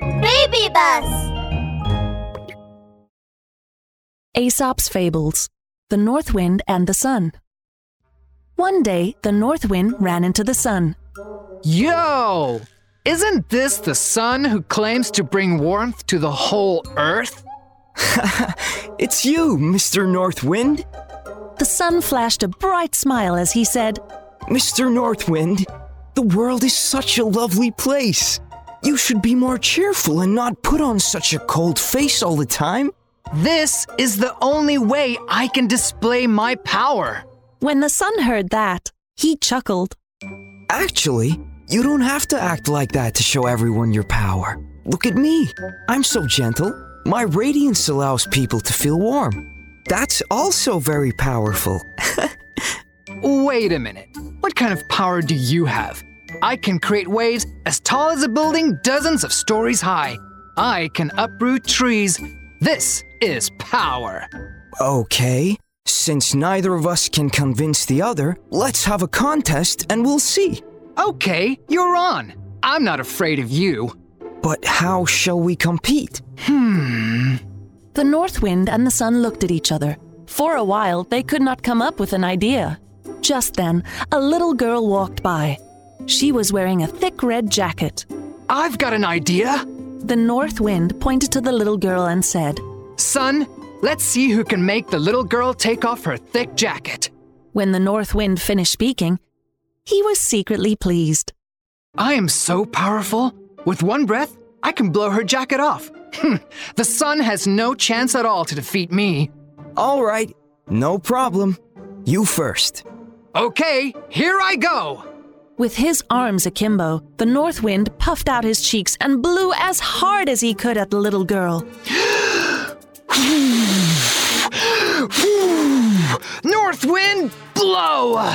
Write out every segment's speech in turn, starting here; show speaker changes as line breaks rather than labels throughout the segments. Scooby Bus!
Aesop's Fables The North Wind and the Sun. One day, the North Wind ran into the Sun.
Yo! Isn't this the sun who claims to bring warmth to the whole earth?
It's you, Mr. North Wind.
The Sun flashed a bright smile as he said,
Mr. North Wind, the world is such a lovely place. You should be more cheerful and not put on such a cold face all the time.
This is the only way I can display my power.
When the Sun heard that, he chuckled.
Actually, you don't have to act like that to show everyone your power. Look at me. I'm so gentle. My radiance allows people to feel warm. That's also very powerful.
Wait a minute. What kind of power do you have? I can create waves as tall as a building, dozens of stories high. I can uproot trees. This is power.
Okay, since neither of us can convince the other, let's have a contest and we'll see.
Okay, you're on. I'm not afraid of you.
But how shall we compete?
The North Wind and the Sun looked at each other. For a while, they could not come up with an idea. Just then, a little girl walked by. She was wearing a thick red jacket.
I've got an idea.
The North Wind pointed to the little girl and said,
Son, let's see who can make the little girl take off her thick jacket.
When the North Wind finished speaking, he was secretly pleased.
I am so powerful. With one breath, I can blow her jacket off. Hmm, the sun has no chance at all to defeat me.
All right, no problem. You first.
Okay, here I go.
With his arms akimbo, the North Wind puffed out his cheeks and blew as hard as he could at the little girl.
North wind, blow!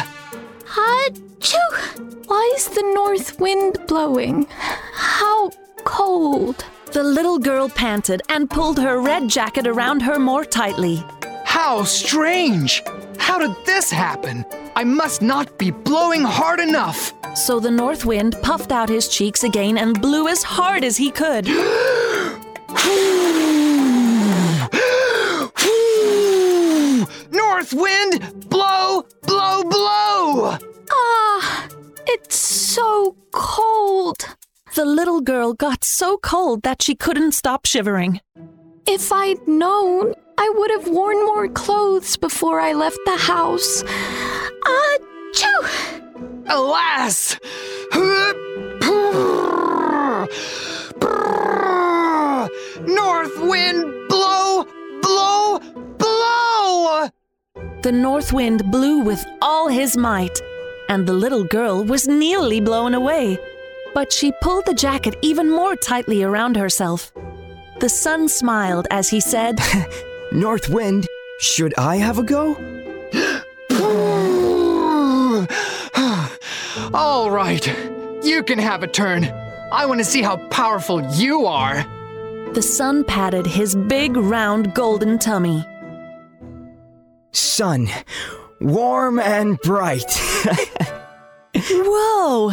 Hachoo! Uh, Why is the north wind blowing? How cold.
The little girl panted and pulled her red jacket around her more tightly.
How strange! How did this happen? I must not be blowing hard enough.
So the North Wind puffed out his cheeks again and blew as hard as he could.
Whew! North wind, blow, blow, blow!
Ah, it's so cold.
The little girl got so cold that she couldn't stop shivering.
If I'd known, I would have worn more clothes before I left the house. Ah, Achoo!
Alas! North wind, blow, blow, blow!
The North Wind blew with all his might, and the little girl was nearly blown away. But she pulled the jacket even more tightly around herself. The sun smiled as he said,
North Wind, should I have a go?
All right, you can have a turn. I want to see how powerful you are.
The sun patted his big, round, golden tummy.
Sun, warm and bright.
Whoa!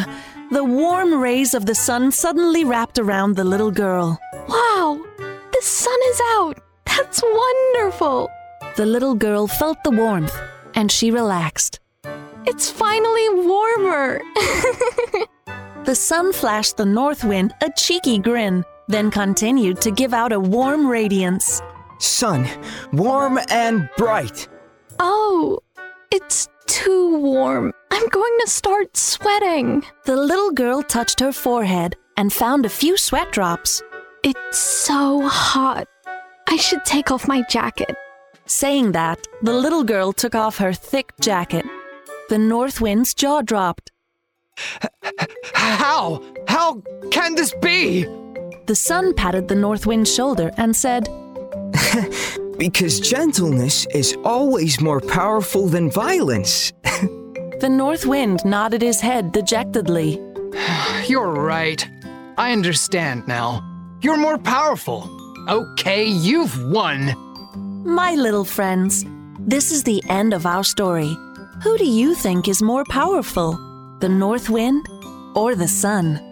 The warm rays of the sun suddenly wrapped around the little girl.
Wow, the sun is out. That's wonderful.
The little girl felt the warmth, and she relaxed.
It's finally warmer.
The sun flashed the north wind a cheeky grin, then continued to give out a warm radiance.
Sun, warm and bright.
oh, it's too warm. I'm going to start sweating.
The little girl touched her forehead and found a few sweat drops.
It's so hot. I should take off my jacket.
Saying that, the little girl took off her thick jacket. The north wind's jaw dropped.
How? How can this be?
The sun patted the north wind's shoulder and said,
Because gentleness is always more powerful than violence.
The north wind nodded his head dejectedly.
You're right. I understand now. You're more powerful. Okay, you've won.
My little friends, this is the end of our story. Who do you think is more powerful, the north wind or the sun?